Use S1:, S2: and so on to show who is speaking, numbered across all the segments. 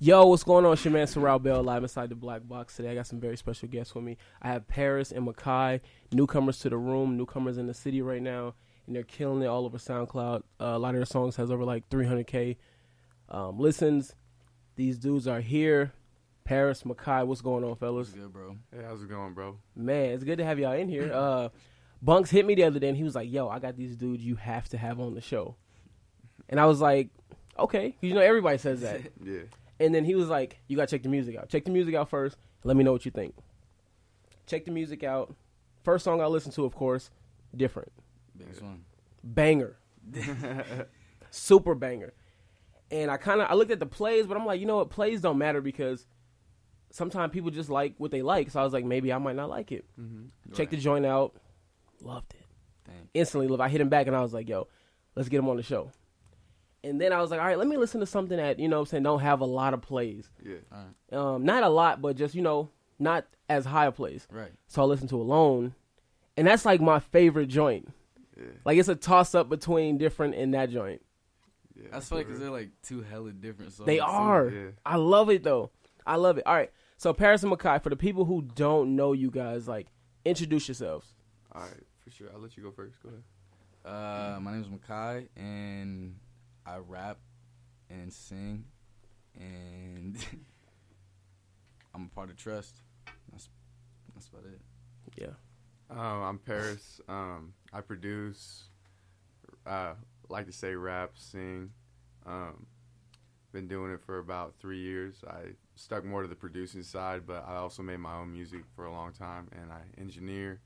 S1: Yo, what's going on? It's your man Sorrel Bell live inside the black box. Today I got some very special guests with me. I have Paris and Makai, newcomers to the room, newcomers in the city right now, and they're killing it all over SoundCloud. Uh, a lot of their songs has over like 300k um, listens. These dudes are here. Paris, Makai, what's going on, fellas?
S2: What's good, bro?
S3: Hey, how's it going, bro?
S1: Man, it's good to have y'all in here. Uh, Bunks hit me the other day and he was like, "Yo, I got these dudes you have to have on the show," and I was like, "Okay," 'Cause you know everybody says that.
S3: Yeah.
S1: And then he was like, "You gotta check the music out. Check the music out first. Let me know what you think." Check the music out. First song I listened to, of course, different
S2: Biggest one.
S1: banger, super banger. And I kind of I looked at the plays, but I'm like, you know what? Plays don't matter because sometimes people just like what they like. So I was like, maybe I might not like it. Check the joint out. Loved it.
S2: Dang.
S1: Instantly love. I hit him back and I was like, yo, let's get him on the show. And then I was like, all right, let me listen to something that, you know what I'm saying, don't have a lot of plays.
S3: Yeah.
S1: Um, not a lot, but just, you know, not as high of plays.
S2: Right.
S1: So I listened to Alone. And that's like my favorite joint.
S3: Yeah.
S1: Like it's a toss up between different and that joint.
S3: yeah
S2: That's funny because they're like two hella different songs.
S1: They
S2: too.
S1: are.
S3: yeah.
S1: I love it though. I love it. All right. So Paris and Makai, for the people who don't know you guys, like introduce yourselves.
S3: All right, for sure. I'll let you go first. Go ahead.
S2: Uh, my name is Makai, and I rap and sing, and I'm a part of Trust. That's that's about it.
S3: Um, I'm Paris. Um, I produce. Uh, like to say rap, sing. Um, been doing it for about three years. I stuck more to the producing side, but I also made my own music for a long time, and I engineer.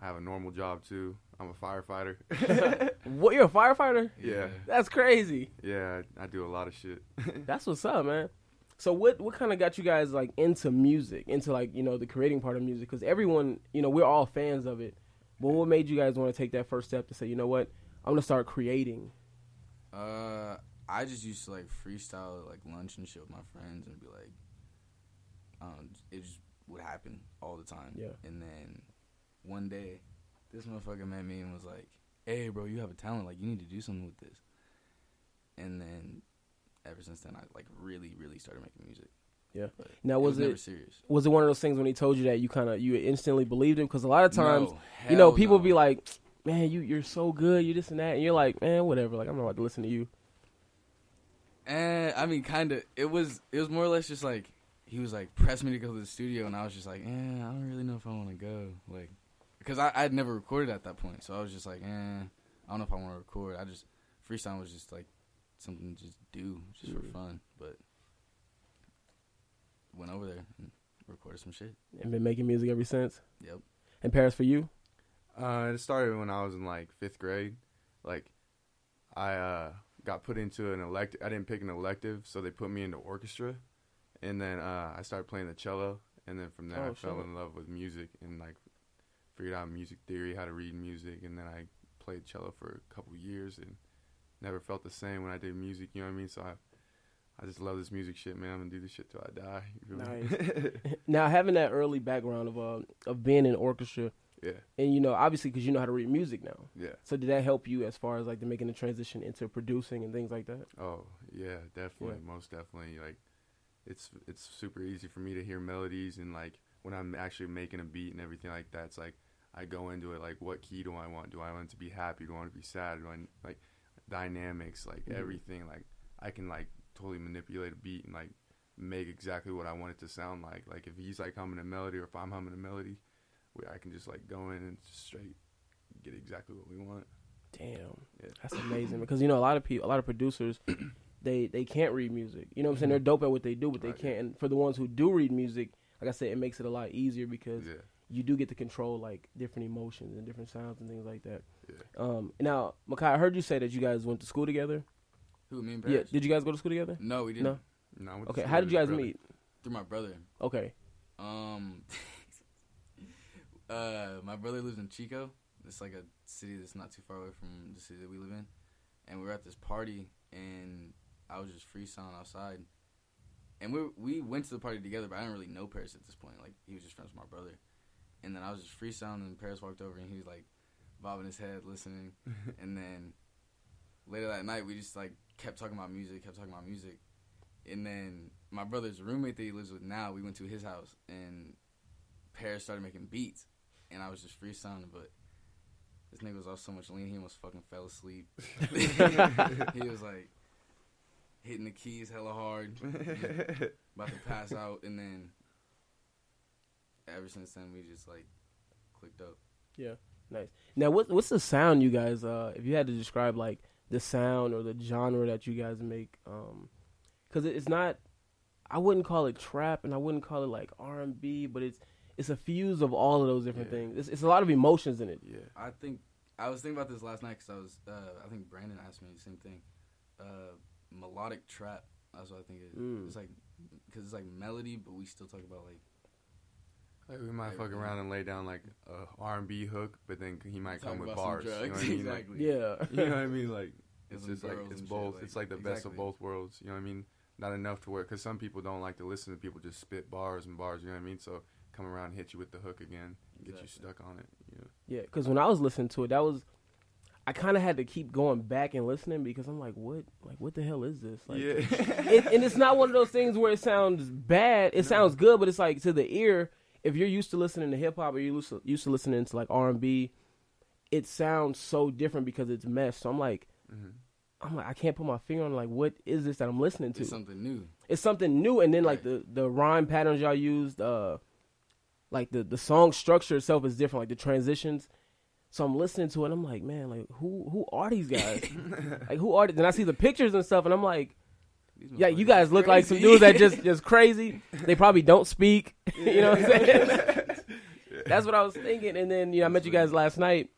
S3: I have a normal job too. I'm a firefighter.
S1: What you're a firefighter?
S3: Yeah.
S1: That's crazy.
S3: yeah, I, I do a lot of shit.
S1: That's what's up, man. So what what kind of got you guys like into music, into like you know the creating part of music? Because everyone, you know, we're all fans of it. But what made you guys want to take that first step to say, you know what, I'm gonna start creating?
S2: Uh, I just used to like freestyle at, like lunch and shit with my friends and be like, um, it just would happen all the time.
S1: Yeah.
S2: And then one day, this motherfucker met me and was like, "Hey, bro, you have a talent. Like, you need to do something with this." And then, ever since then, I like really, really started making music.
S1: Yeah.
S2: But
S1: Now was
S2: was never
S1: it
S2: serious?
S1: was it one of those things when he told you that you kind of you instantly believed him? Because a lot of times
S2: No,
S1: you know,
S2: hell
S1: people
S2: no.
S1: be like, "Man, you you're so good, you this and that," and you're like, "Man, whatever." Like, I'm not about to listen to you.
S2: Eh, I mean, kind of. It was. It was more or less just like he was like pressed me to go to the studio, and I was just like, eh, I don't really know if I want to go, like, because I I'd never recorded at that point, so I was just like, eh, I don't know if I want to record. I just freestyle was just like something to just do just for
S1: Mhm.
S2: fun, but went over there and recorded some shit.
S1: And been making music ever since.
S2: Yep.
S1: And Paris for you,
S3: Uh, it started when I was in like fifth grade. Like, I uh, got put into an elect. I didn't pick an elective, so they put me into orchestra, and then uh, I started playing the cello, and then from there
S1: Oh,
S3: I fell
S1: shit.
S3: in love with music and like figured out music theory, how to read music, and then I played cello for a couple years and never felt the same when I did music. You know what I mean? So I, I just love this music shit, man. I'm gonna do this shit till I die. You feel me?
S1: now having that early background of uh, of being in orchestra,
S3: yeah,
S1: and you know, obviously because you know how to read music now.
S3: yeah.
S1: So did that help you as far as like the making the transition into producing and things like that?
S3: Oh yeah, definitely, most definitely. Like, it's it's super easy for me to hear melodies and like when I'm actually making a beat and everything like that. It's like I go into it like, what key do I want? Do I want it to be happy? Do I want it to be sad? Do I like dynamics? Like
S1: Mhm.
S3: everything. Like I can like totally manipulate a beat and like make exactly what I want it to sound like. Like if he's like humming a melody or if I'm humming a melody, we I can just like go in and just straight get exactly what we want.
S1: Damn,
S3: Yeah.
S1: that's amazing. because you know, a lot of people, a lot of producers, they they can't read music. You know what I'm saying? They're dope at what they do, but they
S3: Mm-hmm. Right.
S1: can't. And for the ones who do read music, like I said, it makes it a lot easier because
S3: Yeah.
S1: you do get to control like different emotions and different sounds and things like that.
S3: Yeah.
S1: Um, now, Makai, I heard you say that you guys went to school together.
S2: Who me and
S1: Yeah.
S2: Paris?
S1: Did you guys go to school together?
S2: no, we didn't.
S1: No.
S3: No, I went to
S1: Okay.
S3: school
S1: How
S3: with
S1: did
S3: his
S1: you guys
S3: brother.
S1: meet?
S2: Through my brother.
S1: Okay.
S2: Um, uh, my brother lives in Chico. It's like a city that's not too far away from the city that we live in. And we were at this party, and I was just freestyling outside. And we we went to the party together, but I didn't really know Paris at this point. Like he was just friends with my brother. And then I was just freestyling, and Paris walked over, and he was like bobbing his head, listening. and then later that night, we just like kept talking about music, kept talking about music. And then my brother's roommate that he lives with now, we went to his house and Paris started making beats, and I was just freestyling. But this nigga was off so much lean, he almost fucking fell asleep. he was like hitting the keys hella hard, about to pass out, and then ever since then we just like clicked up.
S1: Now, what, what's the sound you guys? Uh, if you had to describe like the sound or the genre that you guys make, because it it's not, I wouldn't call it trap, and I wouldn't call it like R and B, but it's it's a fuse of all of those different
S3: Yeah.
S1: things. It's, it's a lot of emotions in it.
S3: yeah.
S2: I think I was thinking about this last night because I was uh, I think Brandon asked me the same thing. Uh, melodic trap. That's what I think it is.
S1: Mm.
S2: It's like because it's like melody, but we still talk about like
S3: Like we might fuck around and lay down like a R and B hook, but then he might
S2: talk
S3: come with
S2: about some
S3: bars. You know what I
S2: drugs.
S3: mean? Like,
S2: exactly.
S1: Yeah,
S3: you know what I mean? Like
S2: And
S3: it's
S2: some
S3: just like
S2: girls
S3: it's
S2: and shit,
S3: both. it's like the best of
S2: exactly.
S3: both worlds. You know what I mean? Not enough to where because some people don't like to listen to people just spit bars and bars. You know what I mean? So come around, hit you with the hook again, get you
S2: Exactly.
S3: stuck on it. You know?
S1: yeah. Because when I was listening to it, that was. I kind of had to keep going back and listening because I'm like, what, like, what the hell is this? Like,
S3: yeah.
S1: it, and it's not one of those things where it sounds bad. It
S3: No.
S1: sounds good, but it's like to the ear. If you're used to listening to hip hop or you're used to, used to listening to like R and B, it sounds so different because it's meshed. So I'm like,
S2: Mm-hmm.
S3: Mhm.
S1: I'm like, I can't put my finger on like what is this that I'm listening to?
S2: it's
S1: It's,
S2: something new.
S1: something new. And then like
S2: Right.
S1: the the rhyme patterns y'all used, uh, like the the song structure itself is different. Like the transitions. So I'm listening to it. and I'm like, man, like who who are these guys? like who are? They? Then I see the pictures and stuff, and I'm like.
S2: These
S1: Yeah, you
S2: motherfuckers
S1: guys look like some dudes that just just crazy. They probably don't speak. you know what I'm saying? That's what I was thinking. And then you know, I met you guys last night,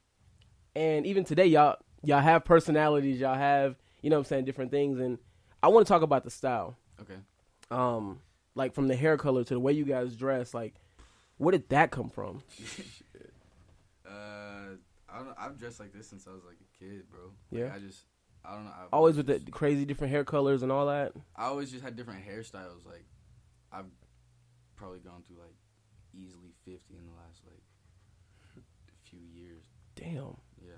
S1: and even today, y'all y'all have personalities. Y'all have you know what I'm saying different things. And I want to talk about the style,
S2: okay.
S1: um, like from the hair color to the way you guys dress. Like, where did that come from?
S2: Uh, I don't. I've dressed like this since I was like a kid, bro. Like,
S1: Yeah.
S2: I just I don't know. I've
S1: Always with the
S2: just-
S1: crazy different hair colors and all that.
S2: I always just had different hairstyles. Like I've probably gone through like easily fifty in the last like few years.
S1: Damn,
S2: Yeah.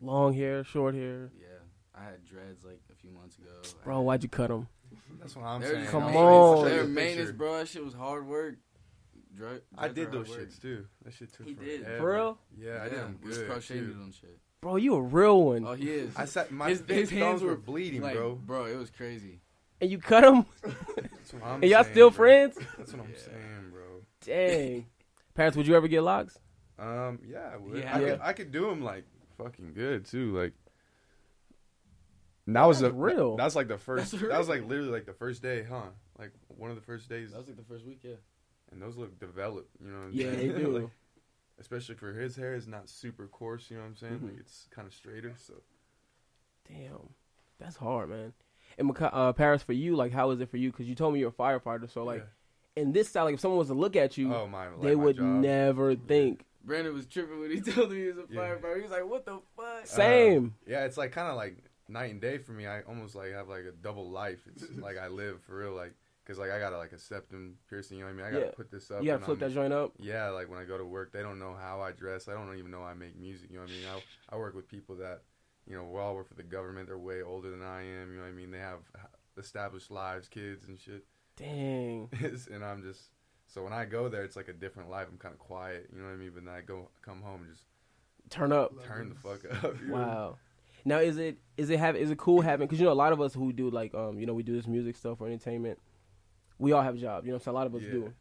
S1: long hair, short hair.
S2: Yeah, I had dreads like a few months ago. I
S1: Bro,
S2: had-
S1: why'd you cut them?
S3: That's what I'm
S2: They're
S3: saying.
S2: just
S1: Come
S3: I
S2: maintenance-
S3: mean,
S1: on.
S3: it's
S2: they're
S3: like a
S2: maintenance,
S3: picture.
S2: bro. That shit was hard work. Dre-
S3: I
S2: dreads
S3: did
S2: are
S3: those
S2: hard work.
S3: shits too. That shit took
S2: He did.
S3: forever.
S1: For real,
S3: Yeah, I did. them
S2: was
S3: good,
S2: crocheting
S3: too.
S2: it on shit.
S1: bro, you a real one,
S2: Oh, he is.
S3: I sat. My
S2: His- his hands
S3: thumbs were
S2: were
S3: bleeding,
S2: Like,
S3: bro.
S2: it was crazy.
S1: and you cut them,
S3: That's what I'm
S1: and y'all
S3: saying,
S1: still
S3: bro.
S1: friends.
S3: That's what I'm
S2: Yeah.
S3: saying, bro.
S1: Dang. Paris, would you ever get locks?
S3: Um, yeah, I would.
S2: Yeah.
S3: I, Could,
S1: Yeah.
S3: I could do them like fucking good too. Like, and that was
S1: That's
S3: the
S1: real.
S3: That's like the first.
S2: That's
S3: That was
S2: real.
S3: like literally like the first day, huh? Like one of the first days,
S2: That was like the first week, yeah.
S3: and those look developed. You know what I'm
S1: Yeah,
S3: saying?
S1: they do.
S3: Like, especially for his hair is not super coarse. You know what I'm saying?
S1: Mhm.
S3: Like it's kind of straighter. So
S1: Damn, that's hard, man. And Maca- uh, Paris, for you, like, how is it for you? Because you told me you're a firefighter, so like, in this style, like, if someone was to look at
S3: Yeah.
S1: you,
S3: oh my, like
S1: they
S3: my
S1: would
S3: job.
S1: never think.
S2: Brandon was tripping when he told me he was a
S3: Yeah.
S2: firefighter. He was like, "What the fuck?"
S1: Uh, Same.
S3: Um, yeah, it's like kind of like night and day for me. I almost like have like a double life. It's like I live for real, like because like I gotta like a septum piercing. You know what I mean? I gotta
S1: Yeah.
S3: put this up.
S1: You gotta
S3: when
S1: flip
S3: I'm-
S1: that joint up.
S3: Yeah, like when I go to work, they don't know how I dress. I don't even know I make music. You know what I mean? I, I work with people that, you know, we all work for the government. They're way older than I am. You know what I mean? They have established lives, kids and shit.
S1: Dang.
S3: It's- and I'm just so when I go there, it's like a different life. I'm kind of quiet. You know what I mean? But then I go come home and just
S1: Turn up.
S3: turn the fuck up. you know?
S1: Wow. Now, is it is it have is it cool having? Because you know, a lot of us who do like, um, you know, we do this music stuff or entertainment. We all have jobs. You know, what I'm saying a lot of us
S3: Yeah.
S1: do.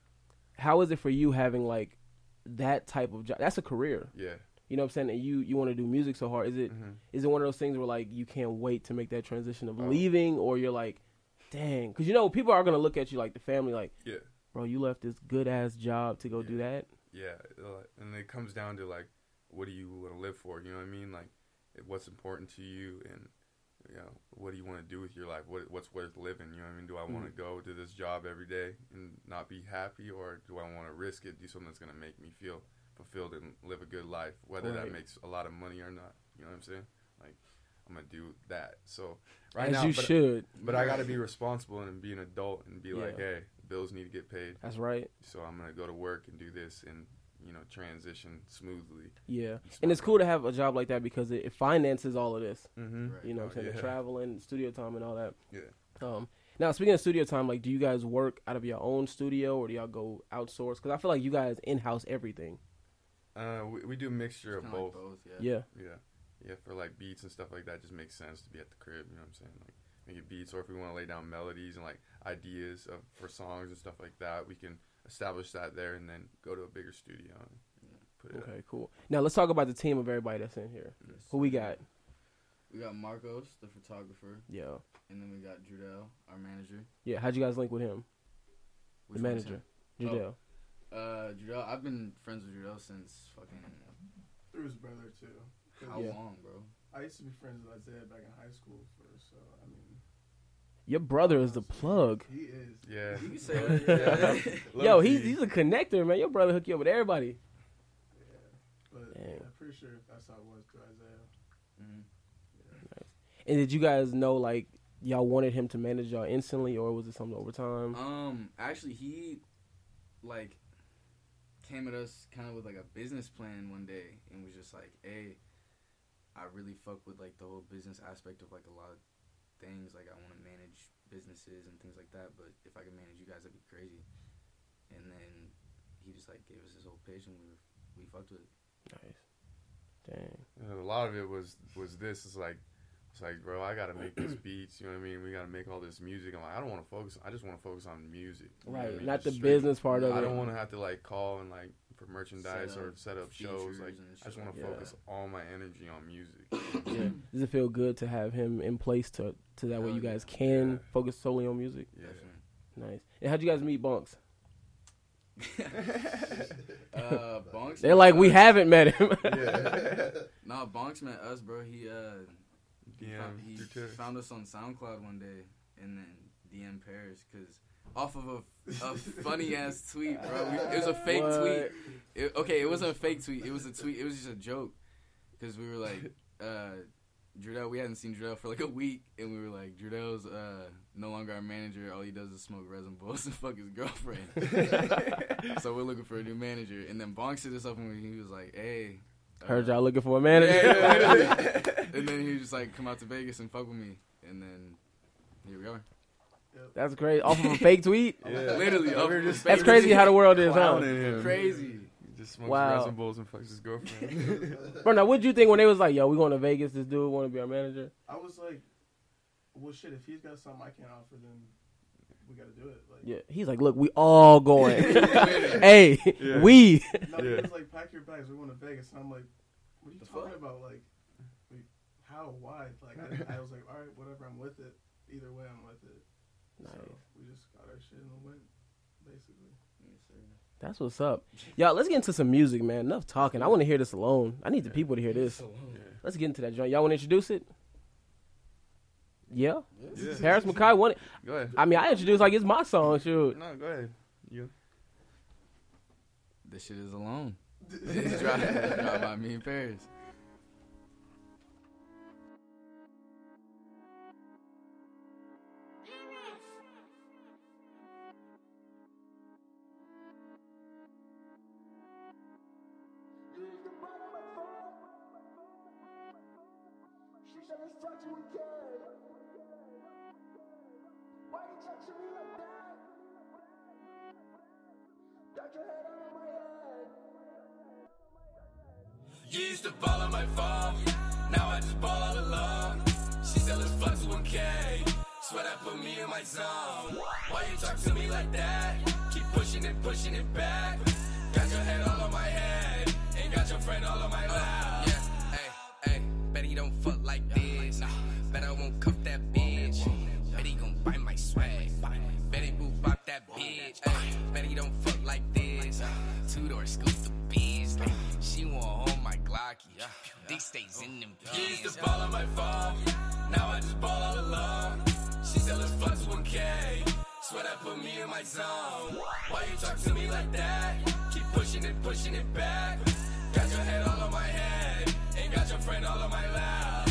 S1: How is it for you having like that type of job? That's a career.
S3: Yeah.
S1: You know what I'm saying? And you you want to do music so hard. Is it
S3: hmm
S1: is it one of those things where like you can't wait to make that transition of
S3: Oh.
S1: leaving or you're like dang because you know people are gonna look at you like the family like
S3: Yeah.
S1: bro you left this good ass job to go
S3: Yeah.
S1: do that
S3: Yeah. uh, And it comes down to like, what do you want to live for? You know what I mean? Like, what's important to you, and you know, what do you want to do with your life? What what's worth living? You know what I mean? Do I want to
S1: Mm.
S3: go to this job every day and not be happy, or do I want to risk it, do something that's gonna make me feel fulfilled and live a good life, whether
S1: Right.
S3: that makes a lot of money or not? You know what I'm saying? Like, I'm gonna do that. So right
S1: as
S3: now,
S1: you
S3: but, uh,
S1: should
S3: but I gotta be responsible and be an adult and be like,
S1: Yeah.
S3: hey, bills need to get paid
S1: that's right
S3: so I'm gonna go to work and do this and you know transition smoothly.
S1: yeah and it's cool to have a job like that because it, it finances all of this
S3: Mm-hmm.
S2: Right.
S1: you know what
S3: Oh,
S1: I'm saying the
S3: yeah.
S1: traveling studio time and all that
S3: Yeah.
S1: um Now, speaking of studio time, like, do you guys work out of your own studio or do y'all go outsource? Because I feel like you guys in house everything.
S3: Uh, we, we do a mixture of
S2: Kinda like
S3: both.
S2: both, yeah.
S1: Yeah.
S3: Yeah, yeah. For like beats and stuff like that, just makes sense to be at the crib. You know what I'm saying? Like making beats, or if we want to lay down melodies and like ideas of, for songs and stuff like that, we can establish that there and then go to a bigger studio and put it.
S1: Okay, cool. Now let's talk about the team of everybody that's in here.
S2: Yes.
S1: Who we got?
S2: We got Marcos, the photographer,
S1: Yo.
S2: and then we got Judell, our manager.
S1: Yeah, how'd you guys link with him?
S2: Which
S1: the
S2: one is
S1: manager.
S2: him?
S1: Judell.
S2: him? Uh, Judell, I've been friends with Judell since fucking
S4: Through his brother too. 'Cause
S2: how
S1: Yeah.
S2: long, bro?
S4: I used to be friends with Isaiah back in high school first, so I mean,
S1: Your brother is the plug.
S4: he is.
S3: Yeah.
S2: You can say that.
S3: Yeah.
S1: Yo,
S3: Low
S1: he's
S3: key.
S1: he's a connector, man. Your brother hook you up with everybody.
S4: Yeah, but
S1: Dang.
S4: I'm pretty sure that's how it was through Isaiah.
S2: Mhm.
S1: And did you guys know like y'all wanted him to manage y'all instantly or was it something over time?
S2: Um, actually, he like came at us kind of with like a business plan one day, and was just like, "Hey, I really fuck with like the whole business aspect of like a lot of things. Like, I want to manage businesses and things like that. But if I could manage you guys, that'd be crazy." And then he just like gave us his whole pitch, and we were, we fucked with it.
S1: Nice. Dang.
S3: And a lot of it was was this. It's like it's like, bro, I gotta make this beats. You know what I mean? We gotta make all this music. I'm like, I don't want to focus. I just want to focus on music. You know what I
S1: Right.
S3: mean?
S1: Not
S3: Just
S1: the
S3: straight-
S1: business part of
S3: I
S1: it.
S3: don't want to have to like call and like for merchandise
S2: Set
S3: or
S2: up
S3: set up shows.
S2: features
S3: Like,
S2: and
S3: I just
S2: shit
S3: want to
S2: like
S1: that.
S3: focus all my energy on music.
S1: yeah. Does it feel good to have him in place to to that way
S2: Hell
S1: you guys
S2: yeah.
S1: can
S3: Yeah.
S1: focus solely on music?
S3: Yeah.
S1: Nice. And how'd you guys meet Bunks?
S2: Definitely. uh, Bonks.
S1: They're like, we
S2: uh,
S1: haven't met him.
S3: yeah.
S2: Nah, Bonks met us, bro. He uh,
S3: DM
S2: found, he
S3: through Twitter.
S2: found us on SoundCloud one day, and then DM Paris because off of a, a funny ass tweet, bro. We, it was a fake
S1: What?
S2: tweet. It, okay, it wasn't a fake tweet. It was a tweet. It was just a joke because we were like, uh, Drudell. We hadn't seen Drudell for like a week, and we were like, Drudell's uh, no longer our manager. All he does is smoke resin bowls and fuck his girlfriend. so we're looking for a new manager, and then Bonks hit us up and he was like, "Hey." uh,
S1: Heard y'all looking for a manager.
S2: Yeah, yeah, and then he just like come out to Vegas and fuck with me, and then here we are.
S1: That's crazy. Off of a fake tweet.
S3: Yeah.
S2: Literally,
S3: We
S2: off
S3: were
S2: of
S3: just
S1: That's crazy how the world is, huh?
S3: clowning him.
S2: Crazy.
S3: He just smokes
S1: Wow.
S3: resin bowls and fucks his girlfriend.
S1: Bro, now what'd you think when they was like, "Yo, we going to Vegas? This dude want to be our manager."
S4: I was like, well, shit. If he's got something I can't offer, then we got to do it. Like,
S1: Yeah, he's like, "Look, we all going. hey,
S3: Yeah.
S1: we."
S4: No,
S3: Yeah.
S4: he was like, pack your bags. We're going to Vegas. And I'm like, what are you
S2: The
S4: talking
S2: fuck?
S4: about? Like, like, how? Why? Like, I, I was like, all right, whatever. I'm with it. Either way, I'm with it. So
S1: Nice.
S4: we just got our shit and went, basically.
S1: That's what's up, y'all. Let's get into some music, man. Enough talking. I want to hear this alone. I need the people to hear this. Let's get into that joint. Y'all want to introduce it? Yeah,
S3: Yeah.
S1: Paris McKay wanted.
S3: Go ahead.
S1: I mean, I introduced like it's my song. Shoot,
S3: No, go ahead. You.
S2: This shit is alone. It's dry, dry by me and Paris.
S5: You used to ball on my phone, now I just ball all alone. She said let's fuck to a K. Swear that put me in my zone. Why you talk to me like that? Keep pushing it, pushing it back. Got your head all on my head, and got your friend all on my lap. Yeah, hey, hey, bet he don't fuck like this. Bet I won't cuff that bitch. Bet he gon' bite my swag. Bet he boo bop that bitch. Ay, bet he don't fuck like this. Two door scoop the beast. She want all my Glocky. Dick stays in them pants. Used to ball on my phone. Now I just ball all alone. She said let's fuck to a K. Swear that put me in my zone. Why you talk to me like that? Keep pushing it, pushing it back. Got your head all on my head. And got your friend all on my lap.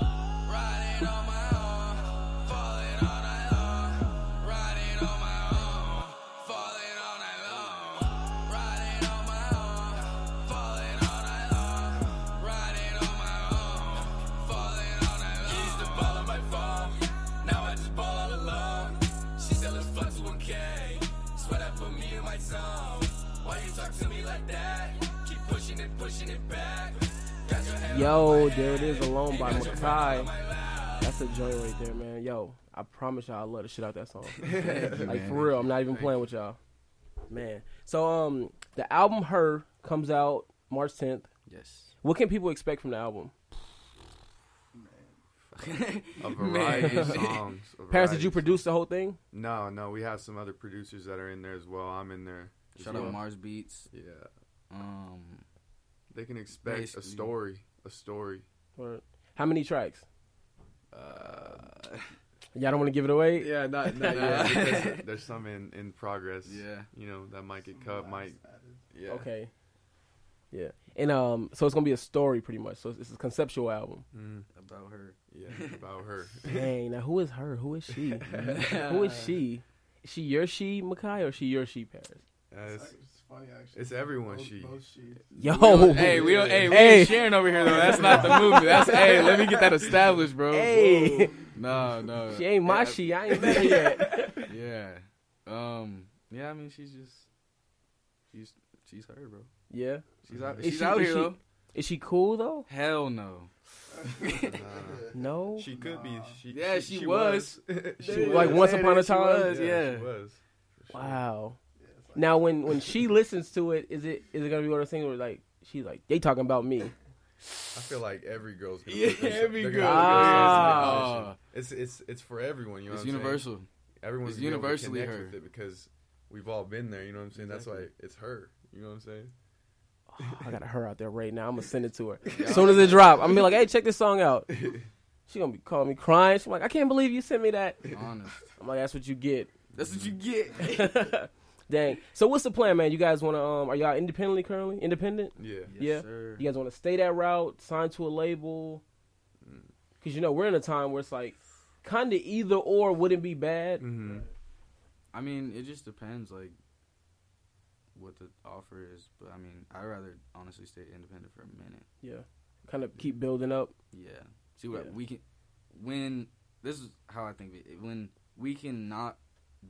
S5: Riding on my own, falling all night long. Riding on my own, falling all night long. Riding on my own, falling all night long. Riding on my own, falling all night long. Used to ball on my phone, now I just ball all alone. pushing it back.
S1: Yo, there it is, Alone by Makai. That's a joint right there, man. Yo, I promise y'all, I love the shit out that song.
S2: Thank you,
S1: like
S2: man.
S1: for real, I'm not even playing with y'all, man. So, um, the album "Her" comes out March 10th.
S2: Yes.
S1: What can people expect from the album?
S3: A variety
S2: Man.
S3: of songs. a
S1: Paris, did
S3: variety
S1: you
S3: of
S1: produce the whole thing?
S3: songs. No, no. We have some other producers that are in there as well. I'm in there. as
S2: Shout out
S3: well.
S2: Mars Beats.
S3: Yeah,
S2: Um,
S3: they can expect
S2: Basically.
S3: a story. A story.
S1: Or how many tracks?
S2: uh,
S1: Y'all don't want to give it away.
S3: Yeah, not, not
S2: Nah.
S3: yet. because there's some in, in progress.
S2: yeah.
S3: You know that might get
S4: Some
S3: cut.
S4: vibes
S3: Might.
S4: added.
S3: Yeah.
S1: Okay. Yeah, and um, so it's gonna be a story pretty much. So it's, it's a conceptual album.
S3: Mm,
S2: About her.
S3: yeah. About her.
S1: Dang, now who is her? Who is she? who is she? Is she your she, Makai, or she your she, Paris?
S3: Yeah,
S4: It's,
S3: it's-
S4: like- it's funny actually.
S3: it's everyone
S4: Both-
S3: she.
S4: Both she.
S1: Yo,
S2: Hey, we don't. Hey, we
S1: Oh, Hey.
S2: ain't sharing over here though. That's not the movie. That's hey. Let me get that established, bro.
S1: Hey.
S2: Whoa. No, no.
S1: she ain't my
S2: Yeah,
S1: she. I ain't met her yet.
S2: Yeah. Um. Yeah. I mean, she's just. She's she's her, bro.
S1: yeah,
S2: She's out.
S1: Is
S2: She's
S1: she-
S2: out
S1: is
S2: here
S1: she-
S2: though.
S1: is she cool though?
S2: Hell no.
S3: Uh,
S1: No.
S3: she could be.
S4: Nah.
S3: She,
S2: Yeah, she
S3: she
S1: Like, once upon a
S2: She
S1: time?
S2: was,
S3: yeah.
S2: yeah.
S3: She was.
S1: Wow.
S4: Yeah, it's like,
S1: Now when when she listens to it, is it is it gonna be one of those things where like she's like they talking about me?
S3: I feel like every girl's gonna
S2: Yeah,
S3: look at
S2: every
S3: they're
S2: girl.
S3: gonna look at this
S2: Ah.
S3: competition. It's it's it's for everyone. You know,
S2: It's
S3: what I'm saying?
S2: universal.
S3: Everyone's
S2: it's
S3: gonna be able to
S2: universally
S3: connect
S2: her.
S3: with it because we've all been there. You know what I'm saying? That's why it's her. You know what I'm saying?
S1: Oh, I got her out there right now. I'm gonna send it to her as soon as it drop. I'm gonna be like, hey, check this song out. She gonna be calling me crying. She's like, I can't believe you sent me that.
S2: Honest.
S1: I'm like, that's what you get.
S2: That's what you get.
S1: Dang. So what's the plan, man? You guys wanna um are y'all independently currently? Independent?
S3: Yeah.
S1: Yeah.
S2: Sir.
S1: You guys wanna stay that route, sign to a label? Cause you know, we're in a time where it's like kinda either or wouldn't be bad.
S3: Mm-hmm.
S2: I mean, it just depends, like, what the offer is. But I mean, I'd rather honestly stay independent for a minute.
S1: Yeah. Kind of keep building up.
S2: Yeah. See what
S1: Yeah.
S2: we can. When this is how I think of it. When we cannot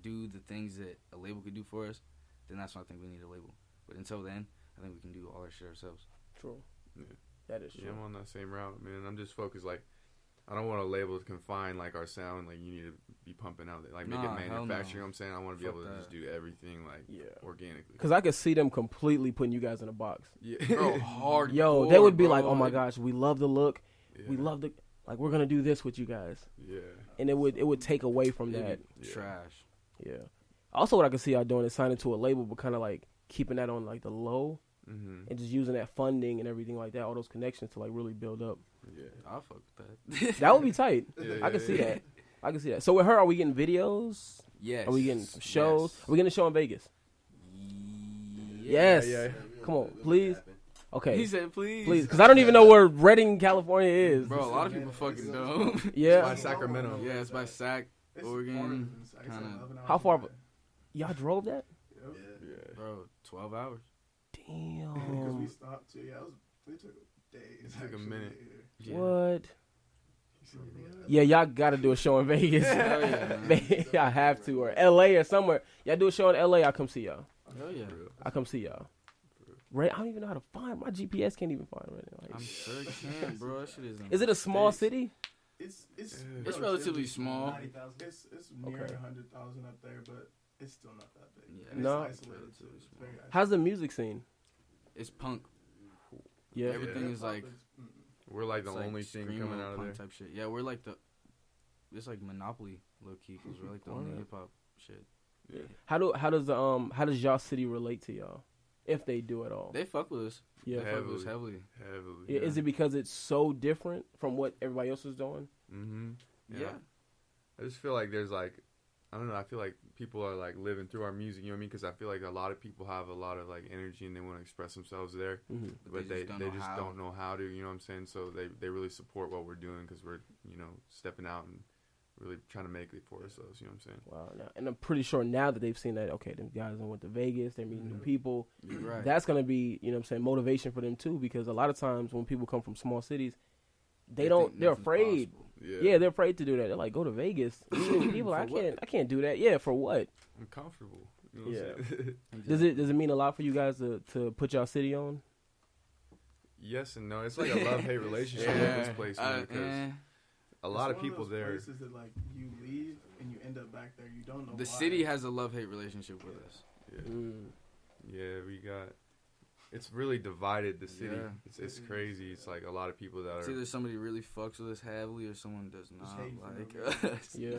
S2: do the things that a label could do for us, then that's when I think we need a label. But until then, I think we can do all our shit ourselves.
S1: True.
S3: Yeah.
S1: That is true.
S3: Yeah, I'm on that same route, man. I'm just focused. Like, I don't want a label to confine like our sound. Like, you need to be pumping out, like, make
S2: Nah,
S3: it
S2: hell no.
S3: manufacturing. You know what I'm saying I want to be
S2: Fuck
S3: able to just
S2: that.
S3: do everything like
S1: Yeah.
S3: organically.
S1: Cause I could see them completely putting you guys in a box.
S3: Yeah.
S2: Bro, hard.
S1: Yo, they would be like, "Oh my gosh, we love the look. We
S3: Yeah.
S1: love the like. We're gonna do this with you guys,"
S3: Yeah.
S1: and it would it would take away from that.
S3: Yeah.
S2: Trash.
S1: Yeah. Also, what I could see y'all doing is signing to a label, but kind of like keeping that on like the low
S3: Mm-hmm.
S1: and just using that funding and everything like that, all those connections to like really build up.
S3: Yeah.
S2: I'll fuck with that.
S1: That would be tight.
S3: Yeah,
S1: I can
S3: yeah,
S1: see
S3: yeah.
S1: that. I can see that. So with her, are we getting videos?
S2: yes.
S1: Are we getting some shows? Are we getting a show in Vegas? Yes.
S2: Yes.
S3: Yeah.
S1: Come on, please.
S2: He
S1: Okay.
S2: said, please.
S1: Please, because I don't even know where Redding, California is.
S2: Bro, a lot of people fucking don't.
S1: Yeah.
S3: By Sacramento.
S2: yeah, it's by Sac.
S4: it's
S2: Oregon,
S4: farther than Sac- it's like
S2: kinda-
S4: 11 hours
S1: How far of
S4: away.
S1: Y'all drove that?
S4: Yep.
S3: Yeah.
S2: Bro, 12 hours.
S4: Because we
S1: Damn.
S4: stopped too. Yeah, it, was, it took days.
S3: It Oh. took a
S4: actually.
S3: minute.
S1: What?
S4: Yeah.
S1: Yeah, y'all got to do a show in Vegas.
S2: Hell Oh, yeah, man.
S1: Man, y'all have to, or L.A. or somewhere. Y'all do a show in L.A. I'll come see y'all.
S2: Hell yeah.
S3: Real.
S1: I come see y'all. Right? I don't even know how to find. My GPS can't even find right now.
S2: I'm
S1: Like,
S2: sure it can, bro. That shit is.
S1: is it a small
S2: States.
S1: city?
S4: It's it's
S3: It's
S2: relatively small.
S4: It's it's near
S1: Okay.
S4: a hundred thousand up there, but it's still not that big.
S2: Yeah.
S4: And
S1: No.
S4: it's isolated too. It's very isolated.
S1: How's the music scene?
S2: It's punk.
S1: Yeah.
S2: Everything is like.
S3: We're like the
S2: it's like
S3: only thing
S2: screamo
S3: coming out of
S2: punk
S3: there.
S2: Type shit. Yeah, we're like the. It's like Monopoly, low key, because we're like the only
S1: Alright.
S2: hip hop shit.
S1: How do how does the um how does y'all city relate to y'all, if they do at all?
S2: They fuck with us.
S1: yeah.
S2: They fuck with us heavily.
S3: Heavily.
S1: Yeah, Is it because it's so different from what everybody else is doing?
S3: Mm-hmm.
S2: Yeah.
S3: I just feel like there's like, I don't know. I feel like people are like living through our music. You know what I mean? Because I feel like a lot of people have a lot of like energy and they want to express themselves there,
S1: Mm-hmm.
S2: But,
S3: but, they they just, don't,
S2: know how.
S3: know how to. You know what I'm saying? So they they really support what we're doing because we're you know stepping out and really trying to make it for ourselves. You know what I'm saying?
S1: Wow. Now, and I'm pretty sure now that they've seen that, okay, them guys done went to Vegas, they're meeting new
S3: Mhm.
S1: people.
S2: You're right.
S1: that's gonna be you know what I'm saying motivation for them too because a lot of times when people come from small cities they, don't
S2: think
S1: they're
S2: nothing's
S1: afraid
S2: possible.
S1: yeah. they're afraid to do that they're like go to Vegas people I
S2: For what?
S1: can't I can't do that yeah for what
S3: I'm comfortable. You know what
S1: Yeah.
S3: I'm saying?
S1: does it does it mean a lot for you guys to to put y'all city on
S3: yes and no. It's like a love hate relationship with this place man,
S2: Uh,
S3: because
S2: eh.
S3: a lot
S4: It's
S3: of
S4: one
S3: people
S4: those
S3: there.
S4: Places that like you leave and you end up back there. You don't know.
S2: The
S4: why.
S2: city has a love hate relationship with us.
S3: Yeah,
S1: Mm.
S3: yeah, we got. It's really divided the city.
S2: Yeah.
S3: It's, it's crazy. It's like a lot of people that
S2: It's
S3: are.
S2: either somebody really fucks with us heavily or someone does not
S4: hating for no
S2: like
S4: reason.
S2: us.
S1: Yeah.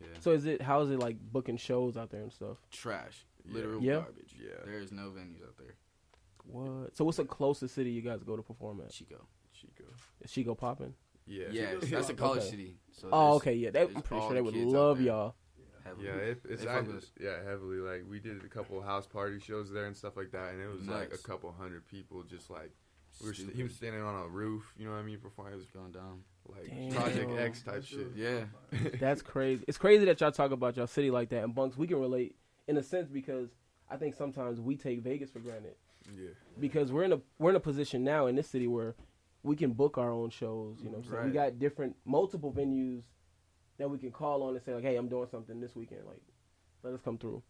S3: Yeah.
S1: So is it how is it like booking shows out there and stuff?
S2: Trash.
S3: Yeah.
S2: Literal
S1: Yeah.
S2: garbage.
S3: Yeah.
S2: There is no venues out there.
S1: What? So what's the closest city you guys go to perform at?
S2: Chico.
S3: Chico.
S1: Is she go popping?
S3: Yeah.
S2: Yeah,
S4: Chico's
S2: that's a
S4: like-
S2: college
S1: Okay.
S2: city. So
S1: Oh,
S2: there's
S1: okay, yeah. That, I'm
S2: there's
S1: pretty
S2: all
S1: sure
S2: the
S1: they would
S2: kids out
S1: love
S2: there.
S1: y'all.
S2: heavily.
S3: Yeah, it, it's
S2: They fuck
S3: actually,
S2: with us.
S3: yeah heavily. Like we did a couple house party shows there and stuff like that, and it was like
S2: Nice.
S3: a couple hundred people. Just like we were, st-
S2: Stupid.
S3: he was standing on a roof. You know what I mean? Performing it was
S2: going down.
S3: like
S1: Damn.
S3: Project
S4: oh,
S3: X type
S4: Sure.
S3: shit.
S2: Yeah.
S1: That's crazy. It's crazy that y'all talk about y'all city like that. And Bunks, we can relate in a sense because I think sometimes we take Vegas for granted
S3: Yeah,
S1: because we're in a we're in a position now in this city where we can book our own shows. You know, so we
S2: Right.
S1: got different multiple venues that we can call on and say like, hey, I'm doing something this weekend. Like, let us come through.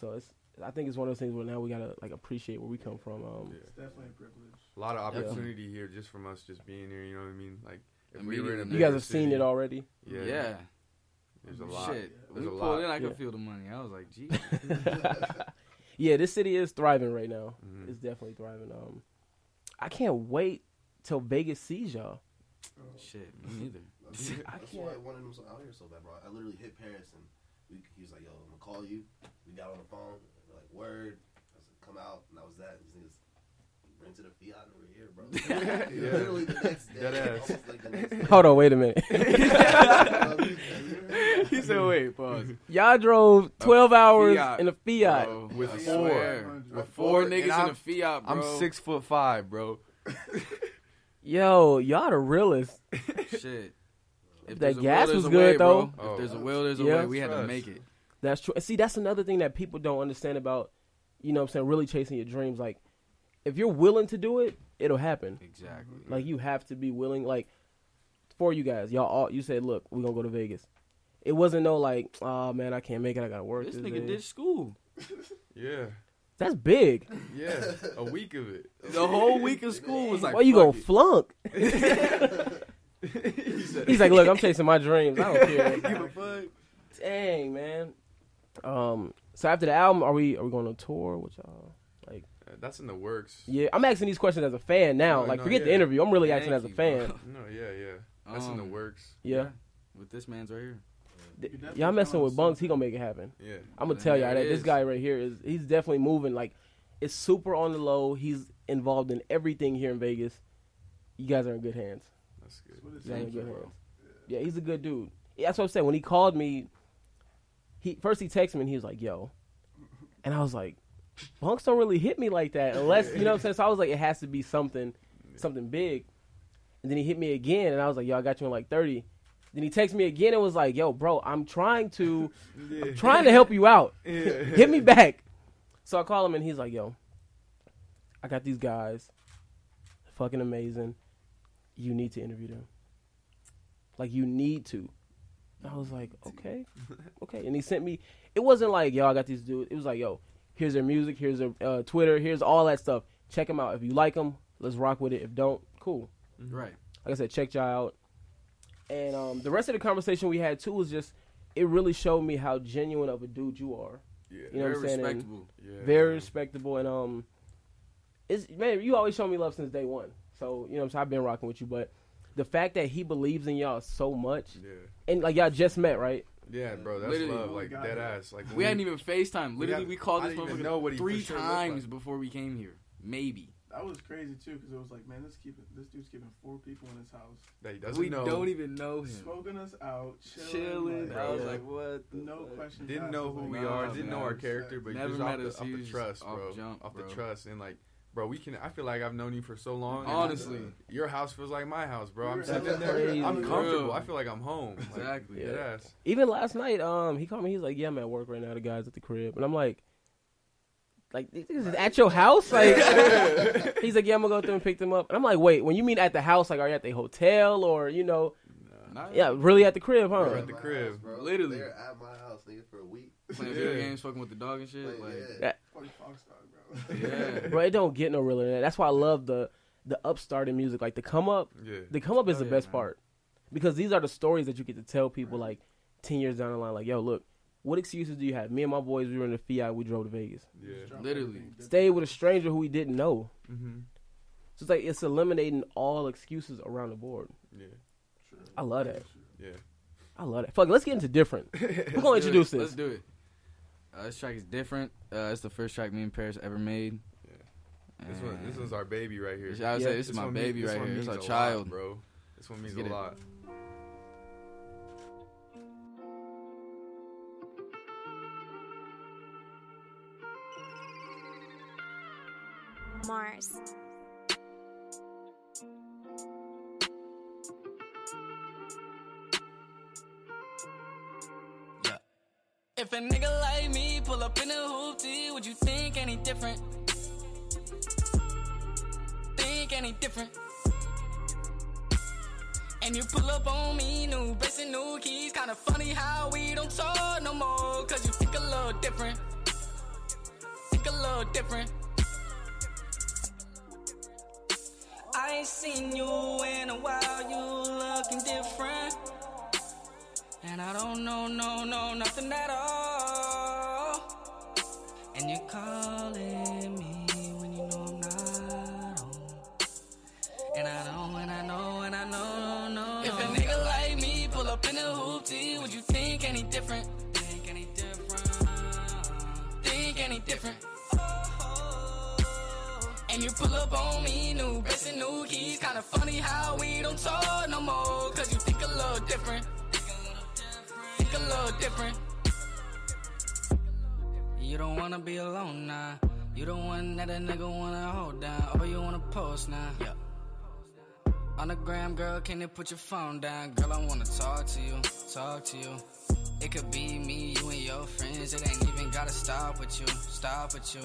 S1: So it's I think it's one of those things where now we gotta like appreciate where we come from. Um,
S3: yeah.
S4: It's definitely a privilege.
S3: A lot of
S1: Yeah.
S3: opportunity here just from us just being here. You know what I mean? Like if we were in a
S2: Immediately.
S1: You guys
S3: bigger
S1: have seen
S3: city,
S1: it already.
S2: Yeah.
S3: Yeah, there's a lot.
S2: Shit.
S3: There's
S2: we
S3: a
S2: pulled
S3: lot.
S2: in, I could
S1: Yeah.
S2: feel the money. I was like, gee.
S1: Yeah, this city is thriving right now.
S2: Mm-hmm.
S3: Mhm.
S1: It's definitely thriving. Um, I can't wait till Vegas sees y'all.
S4: Oh,
S2: Shit, me neither.
S6: That's that's why
S1: can't-
S6: one of them's out here so bad, bro. I literally hit Paris and we, he was like, "Yo, I'm gonna call you." We got on the phone. We're like, "Word." I said, "Come out," and that was that. These niggas rented a Fiat and we're here, bro.
S3: Yeah.
S6: Literally the next day.
S3: Dead ass.
S6: almost like the next day.
S1: Hold on, wait a minute.
S2: he said, wait, pause.
S1: y'all drove 12 hours
S2: Fiat,
S1: in a Fiat.
S2: Bro,
S3: With
S2: I
S3: four.
S2: swear.
S4: With
S2: Four
S3: four. And
S2: niggas in
S3: I'm-
S2: a Fiat, bro.
S3: I'm six foot five, bro.
S1: Yo, y'all the realest.
S2: Shit. If
S1: That
S2: there's a
S1: gas
S2: will,
S1: was
S2: there's a
S1: good,
S2: way,
S1: though.
S2: Bro.
S3: Oh.
S2: If there's a will, there's a
S1: Yeah.
S2: way. We had to
S3: Trust.
S2: make it.
S1: That's true. And see, that's another thing that people don't understand about, you know what I'm saying, really chasing your dreams. Like, if you're willing to do it, it'll happen.
S2: Exactly.
S1: Like, you have to be willing. Like, for you guys, y'all all, you said, look, we're going to go to Vegas. It wasn't no like, oh man, I can't make it. I got to work.
S2: this
S1: this
S2: nigga
S1: day."
S2: did school.
S3: Yeah,
S1: That's big.
S3: yeah. a week of it.
S2: The whole week of school was like,
S1: Why you
S2: fuck
S1: gonna
S2: it.
S1: flunk?
S3: he said,
S1: He's like, look, I'm chasing my dreams. I don't care.
S2: Give a fuck.
S1: Dang, man. Um, so after the album, are we are we going on tour with y'all?
S3: Uh, that's in the works.
S1: Yeah, I'm asking these questions as a fan now.
S3: No,
S1: like,
S3: no,
S1: forget the
S3: yeah.
S1: interview. I'm really
S2: Thank
S1: acting as a
S2: you,
S1: fan.
S2: bro.
S3: No, yeah, yeah. That's in the
S2: Um,
S3: works.
S1: Yeah,
S2: With this man's right here.
S1: Th-
S4: You're definitely
S1: y'all messing
S4: on
S1: with Bunks, he gonna make it happen.
S3: Yeah.
S1: I'm gonna
S2: Yeah,
S1: tell
S2: there
S1: y'all that
S2: it
S1: this
S2: is.
S1: guy right here is he's definitely moving. Like, it's super on the low. He's involved in everything here in Vegas. You guys are in good hands.
S3: That's
S4: that's
S3: good.
S4: what it's
S1: Yeah,
S4: like.
S2: Thank you,
S1: good
S2: bro.
S1: Yeah, he's a good dude. Yeah, that's what I'm saying. When he called me, he first he texted me and he was like, "Yo," and I was like, "Bunks don't really hit me like that unless you know what I'm saying." So I was like, "It has to be something, something big." And then he hit me again, and I was like, "Yo, I got you in like 30." Then he texted me again and was like, "Yo, bro, I'm trying to,
S3: Yeah.
S1: trying to help you out.
S3: Yeah.
S1: Hit me back." So I call him and he's like, "Yo, I got these guys, fucking amazing. You need to interview them. Like you need to." I was like, okay, okay. And he sent me. It wasn't like, yo, I got these dudes. It was like, yo, here's their music, here's their uh, Twitter, here's all that stuff. Check them out. If you like them, let's rock with it. If don't, cool.
S3: Mm-hmm.
S2: Right.
S1: Like I said, check y'all out. And um, the rest of the conversation we had too was just, it really showed me how genuine of a dude you are.
S3: Yeah.
S1: You know what
S2: Very
S1: I'm saying? And
S2: respectable.
S3: yeah.
S1: Very respectable. And um, it's man, you always show me love since day one. So you know, what I'm saying I've been rocking with you. But the fact that he believes in y'all so much,
S3: Yeah.
S1: and like y'all just met, right?
S3: Yeah, bro. That's
S2: Literally.
S3: love. Like
S4: God,
S3: dead
S4: yeah.
S3: ass. Like when
S2: We hadn't even FaceTime.
S3: we
S2: Literally,
S3: had-
S2: we called
S3: I
S2: this
S3: didn't even
S2: motherfucker
S3: know what he
S2: three
S3: for sure looked
S2: times
S3: like.
S2: before we came here. Maybe.
S4: That was crazy too, because it was like, man, this keeping this dude's keeping four people in his house,
S3: that he doesn't
S2: we
S3: know.
S2: don't even know him.
S4: smoking us out, chilling.
S2: Oh, Chilling. I was
S1: Yeah.
S2: like, what? the
S4: no
S2: fuck?
S4: question.
S3: didn't know who we
S2: Nah,
S3: are. Didn't know our
S2: man.
S3: character, but
S2: Never
S3: just
S2: met
S3: off the,
S2: us.
S3: off
S2: He
S3: the
S2: was
S3: trust,
S2: off
S3: bro.
S2: jump,
S3: off
S2: bro.
S3: the trust and like. Bro, we can. I feel like I've known you for so long. and,
S2: Honestly.
S3: uh, your house feels like my house, bro. I'm
S4: That's
S3: sitting there.
S1: crazy.
S3: I'm comfortable.
S2: Real.
S3: I feel like I'm home. Like,
S2: Exactly.
S3: Dead
S1: Yeah.
S3: ass.
S1: Even last night, um, he called me. He's like, "Yeah, I'm at work right now. The guys at the crib," and I'm like, "Like this is at your house?" Like, he's like, "Yeah, I'm gonna go through and pick them up." And I'm like, "Wait, when you mean at the house? Like, are you at the hotel or you know?
S2: Nah.
S1: Yeah, really at the crib,
S6: They
S1: huh?"
S6: were
S3: at the
S6: my
S3: crib.
S6: house, bro.
S2: Literally.
S6: They were at my house, nigga, for a week.
S2: Playing video
S3: Yeah.
S2: games, fucking with the dog and shit.
S6: Like,
S2: Like,
S6: yeah.
S1: That-
S4: Fucking Fox Dog, bro.
S2: yeah.
S1: Bro, it don't get no realer than that. That's why I love the the upstart in music, like the come up.
S3: Yeah.
S1: The come up is
S2: Oh,
S1: the
S2: yeah,
S1: best
S2: man.
S1: part because these are the stories that you get to tell people like ten years down the line. Like, yo, look, what excuses do you have? Me and my boys, we were in the Fiat, we drove to Vegas,
S3: Yeah.
S2: Literally.
S1: stayed with a stranger who we didn't know.
S3: hmm
S2: Mm-hmm.
S1: So it's like it's eliminating all excuses around the board.
S3: Yeah.
S1: I love that.
S3: Yeah.
S1: I love that. Fuck, let's get into different. We're gonna
S2: Let's do
S1: introduce
S2: it.
S1: this.
S2: Let's do it. Uh, this track is different. Uh, it's the first track me and Paris ever made.
S3: This one, this one's our baby right here.
S2: This- I would
S1: Yeah.
S2: say this is my
S3: one
S2: baby
S3: mean- this
S2: right
S3: one
S2: here. It's our
S3: means a lot,
S2: child.
S3: bro. This one means
S2: get
S3: a
S2: it.
S3: lot.
S7: Mars.
S5: If a nigga like me pull up in a hoopty, would you think any different? Think any different? And you pull up on me, new bass and new keys. Kinda funny how we don't talk no more. Cause you think a little different. Think a little different. I ain't seen you in a while, you looking different. And I don't know, no, no, nothing at all. And you're calling me when you know I'm not home. And I know, and I know, and I know, no, no. If a nigga like me pull up in a hoopty, would you think any different? Think any different? Think any different? And you pull up on me, new bass and new keys. Kinda funny how we don't talk no more. Cause you think a little different. Think a little different. You don't wanna be alone now. You the one that a nigga wanna hold down. Or you wanna post now. On the gram, girl, can you put your phone down? Girl, I wanna talk to you, talk to you. It could be me, you and your friends. It ain't even gotta stop with you, stop with you.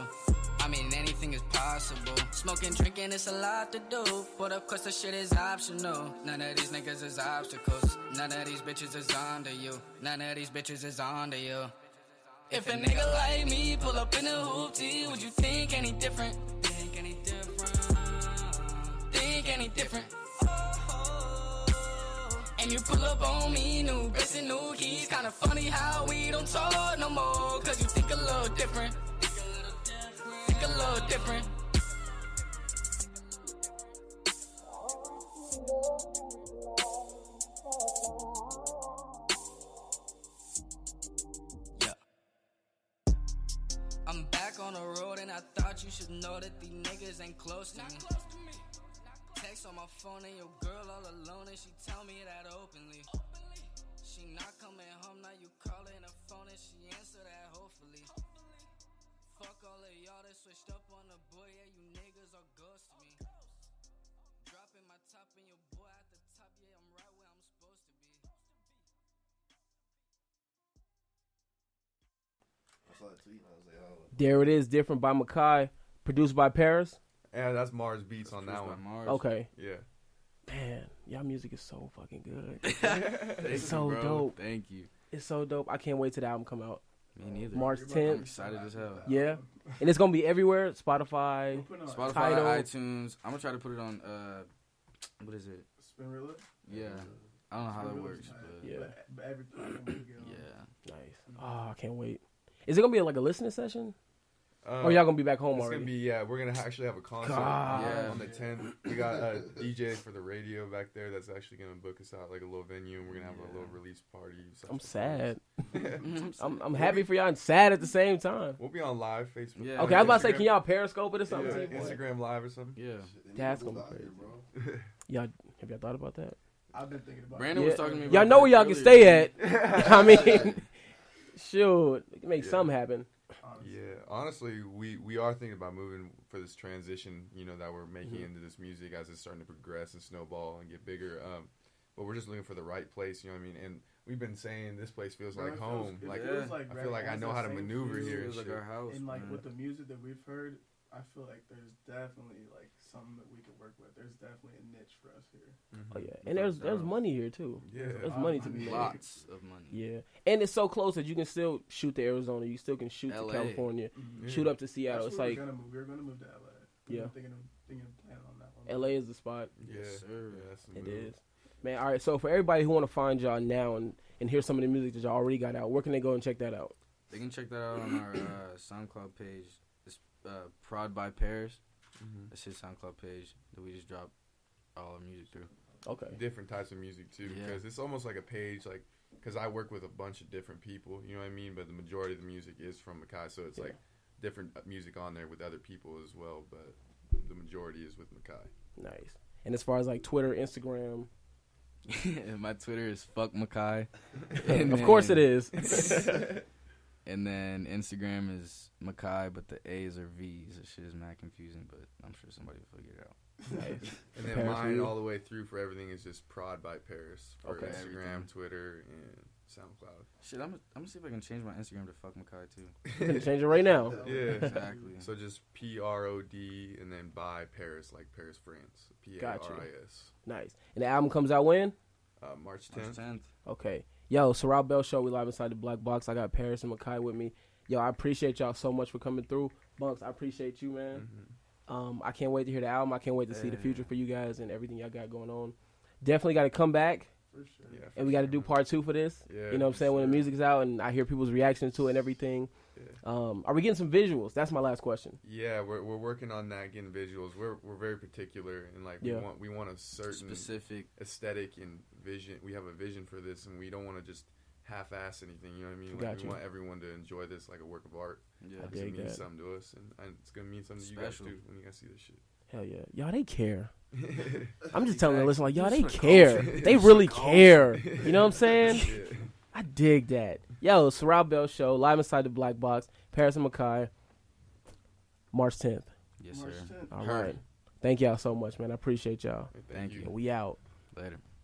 S5: I mean, anything is possible. Smoking, drinking, it's a lot to do. But of course, the shit is optional. None of these niggas is obstacles. None of these bitches is onto you. None of these bitches is onto you. If a nigga like me pull up in a hoopty, would you think any different? Think any different? Think any different? And you pull up on me, new bass and new keys. Kinda funny how we don't talk no more. Cause you think a little different. Think a little different. Yeah. I'm back on the road and I thought you should know that these niggas ain't close to me. Text on my phone and your girl all alone and she tell me that openly. She not coming home now you calling her phone and she answer that hopefully. Fuck all of y'all that switched up on the boy, yeah you niggas are ghosts to me. Dropping my top and your boy at the top, yeah I'm right where I'm supposed to be.
S6: I saw that tweet and I was like, oh,
S1: There it is, different by Makai, produced by Paris.
S3: Yeah, that's Mars Beats on that one.
S1: Okay,
S3: Yeah.
S1: man, y'all music is so fucking good.
S3: Uh,
S2: It's
S1: so dope.
S2: Thank you.
S1: It's so dope. I can't wait till the album come out,
S2: Me neither.
S1: March
S2: I'm
S1: 10th.
S2: excited as hell.
S1: Yeah, and it's gonna be everywhere. Spotify.
S2: Spotify,
S1: Tidal.
S2: iTunes. I'm gonna try to put it on. Uh, what is it?
S4: Spin Rilla?
S2: Yeah, I don't know how that works, but
S1: Yeah.
S2: yeah.
S4: But every platform we get on.
S1: Nice.
S2: Mm-hmm.
S1: Oh, I can't wait. Is it gonna be like a listening session,
S3: Um,
S1: or Oh, y'all gonna be back home
S3: It's
S1: already?
S3: gonna be yeah. We're gonna ha- actually have a concert
S1: God.
S2: Yeah.
S3: on the tenth. We got a DJ for the radio back there that's actually gonna book us out like a little venue, and we're gonna have a little release party. stuff
S1: I'm
S3: like that.
S1: sad.
S2: Mm,
S1: I'm, I'm happy for y'all and sad at the same time.
S3: We'll be on live Facebook.
S2: Yeah.
S1: Okay, I was about to say,
S3: Instagram.
S1: can y'all Periscope it or something?
S3: Yeah,
S1: too, boy?
S3: Instagram live or something?
S2: Yeah.
S6: shit. They
S1: That's
S6: moved
S1: gonna be
S6: out here,
S1: crazy.
S6: bro.
S1: Y'all have y'all thought about that?
S4: I've been thinking about
S2: Brandon
S4: it.
S2: was talking to me. About
S1: Y'all know where y'all can stay at. I mean, shoot, we can make
S3: Yeah.
S1: something happen. Oh,
S4: Honestly.
S3: Yeah, honestly, we we are thinking about moving for this transition. You know that we're making into this music as it's starting to progress and snowball and get bigger. Um, but we're just looking for the right place. You know what I mean? And we've been saying this place feels
S4: Bro,
S3: like
S4: it feels-
S3: home.
S4: it
S3: Like
S4: feels
S2: I
S3: I
S4: right
S3: feel like I
S4: it's
S3: know
S4: that
S3: how to
S4: same
S3: maneuver
S4: feel.
S3: here and
S2: Feels like
S3: shit.
S2: our house.
S4: And like
S2: man.
S4: with the music that we've heard, I feel like there's definitely like something that we could work with. There's definitely a niche for us here.
S1: Oh
S3: Mm-hmm.
S1: yeah, and there's there's money here too.
S3: Yeah.
S1: There's money to be made.
S2: lots of money.
S1: Yeah, and it's so close that you can still shoot to Arizona. You still can shoot to
S2: LA.
S1: California.
S3: Yeah.
S1: Shoot up to Seattle.
S4: mm-hmm. That's
S1: it's
S4: where
S1: like
S4: we're gonna move. We're gonna move to LA. We've
S1: Yeah.
S4: been thinking of thinking of planning on that one.
S1: LA is the spot.
S2: Yes, sir.
S3: that's the
S1: It
S3: move.
S1: is. Man, all right. So for everybody who want to find y'all now and, and hear some of the music that y'all already got out, where can they go and check that out?
S2: They can check that out on our uh, SoundCloud page. It's uh, Prod by Paris.
S3: Mhm.
S2: That's his SoundCloud page that we just drop all our music through.
S1: Okay.
S3: different types of music too
S2: Yeah.
S3: because it's almost like a page like because i work with a bunch of different people you know what i mean but the majority of the music is from makai so it's
S1: Yeah.
S3: like different uh, music on there with other people as well but the majority is with makai
S1: Nice. And as far as like Twitter, Instagram,
S2: and my Twitter is fuck Makai.
S1: of course it is.
S2: And then Instagram is Makai, but the A's are V's. This shit is mad confusing, but I'm sure somebody will figure it out.
S1: nice.
S3: and then
S1: Paris
S3: mine
S1: Review.
S3: all the way through for everything is just prod by paris for
S1: Okay.
S3: instagram
S2: Everything.
S3: twitter and soundcloud
S2: Shit, I'm, I'm gonna see if I can change my Instagram to fuck Makai too.
S1: You can change it right now.
S3: Yeah.
S2: Exactly.
S3: so just p-r-o-d and then by paris like paris france p-a-r-i-s
S1: Nice. And the album comes out when?
S3: uh, march 10th
S2: March 10th.
S1: Okay. Yo, Sorrel Bell Show. We live inside the Black Box. I got Paris and Makai with me. Yo, I appreciate y'all so much for coming through. Bunks, I appreciate you, man.
S3: Mhm.
S1: Um, I can't wait to hear the album. I can't wait to see the
S2: Yeah.
S1: future for you guys and everything y'all got going on. Definitely got to come back,
S4: for sure.
S3: yeah, for
S1: and we got to
S3: sure,
S1: do
S3: man.
S1: part two for this.
S3: Yeah,
S1: you know what I'm
S3: for
S1: saying? When the
S3: sure.
S1: music's out and I hear people's reactions to it and everything.
S3: Yeah.
S1: Um, are we getting some visuals? That's my last question.
S3: Yeah, we're we're working on that getting visuals. We're we're very particular and like
S1: Yeah.
S3: we want we want a certain
S2: Specific.
S3: aesthetic and vision. We have a vision for this, and we don't want to just half-ass anything. You know what I mean? Like
S1: Gotcha.
S3: we want everyone to enjoy this like a work of art.
S2: Yeah.
S1: I
S3: It's gonna
S1: dig
S3: mean
S1: that.
S3: something to us, and, and it's gonna mean something
S2: Special.
S3: to you guys too when you guys see this
S1: Hell yeah, y'all they care.
S3: shit.
S1: I'm just telling the
S2: Exactly.
S1: listeners like y'all
S2: Just
S1: they
S2: for the
S1: care.
S2: culture.
S1: They
S2: Just
S1: really
S2: for the culture.
S1: care. You know what I'm saying?
S3: Yeah.
S1: I dig that. Yo, Sorrel Bell Show, live inside the Black Box, Paris and Makai, March 10th.
S2: Yes,
S4: March
S2: sir.
S4: 10th.
S1: All right.
S2: Heard.
S1: Thank y'all so much, man. I appreciate y'all.
S3: Thank,
S2: Thank
S3: you.
S2: you.
S1: And we out.
S2: Later.